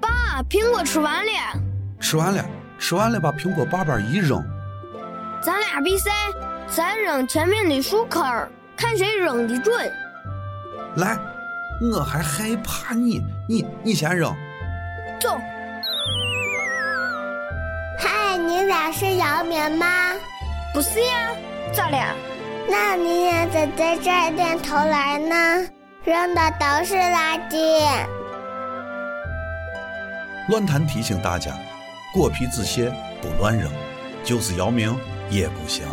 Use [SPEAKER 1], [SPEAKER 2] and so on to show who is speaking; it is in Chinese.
[SPEAKER 1] 爸，啊苹果吃完了，
[SPEAKER 2] 吃完了，吃完了，把苹果瓣瓣一扔。
[SPEAKER 1] 咱俩比赛，咱扔前面的树坑儿，看谁扔的准。
[SPEAKER 2] 来，我还害怕你，你你先扔。
[SPEAKER 1] 走，
[SPEAKER 3] 嗨，你俩是姚明吗？
[SPEAKER 1] 不是呀，咱俩
[SPEAKER 3] 那你俩怎么在这儿练投篮呢？扔的都是垃圾。
[SPEAKER 2] 乱弹提醒大家，过皮自卸不乱扔，就是姚明也不行。